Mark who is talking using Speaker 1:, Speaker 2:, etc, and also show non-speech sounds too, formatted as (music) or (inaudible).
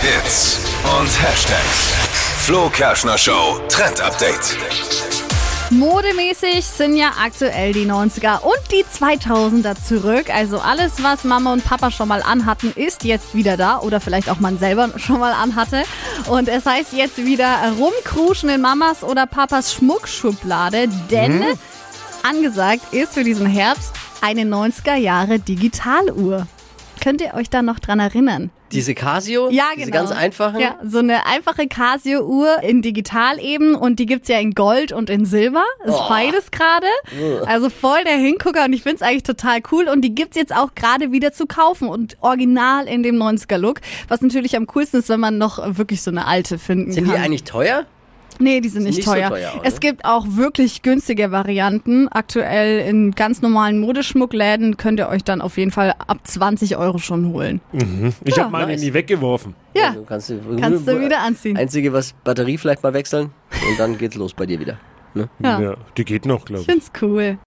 Speaker 1: Hits und Hashtags. Flo Kerschner Show Trend Update.
Speaker 2: Modemäßig sind ja aktuell die 90er und die 2000er zurück. Also alles, was Mama und Papa schon mal anhatten, ist jetzt wieder da oder vielleicht auch man selber (laughs) schon mal anhatte. Und es heißt jetzt wieder rumkruschen in Mamas oder Papas Schmuckschublade, denn angesagt ist für diesen Herbst eine 90er Jahre Digitaluhr. Könnt ihr euch da noch dran erinnern?
Speaker 3: Diese Casio?
Speaker 2: Ja, genau.
Speaker 3: Diese ganz einfachen?
Speaker 2: Ja, so eine einfache Casio-Uhr in digital eben und die gibt's ja in Gold und in Silber. Ist
Speaker 3: Oh.
Speaker 2: beides gerade. Also voll der Hingucker und ich find's eigentlich total cool und die gibt's jetzt auch gerade wieder zu kaufen und original in dem 90er-Look. Was natürlich am coolsten ist, wenn man noch wirklich so eine alte finden
Speaker 3: Sind
Speaker 2: kann.
Speaker 3: die eigentlich teuer?
Speaker 2: Nee, die sind nicht,
Speaker 3: nicht so
Speaker 2: teuer.
Speaker 3: teuer, oder?
Speaker 2: es gibt auch wirklich günstige Varianten. Aktuell in ganz normalen Modeschmuckläden könnt ihr euch dann auf jeden Fall ab 20 Euro schon holen.
Speaker 4: Ich habe meine
Speaker 3: nice.
Speaker 4: nie weggeworfen.
Speaker 2: Ja,
Speaker 3: Also kannst, du,
Speaker 2: kannst du wieder anziehen.
Speaker 3: Einzige, was Batterie vielleicht mal wechseln und dann geht's los bei dir wieder. Ne?
Speaker 2: Ja.
Speaker 4: die geht noch, glaube ich.
Speaker 2: Ich find's cool.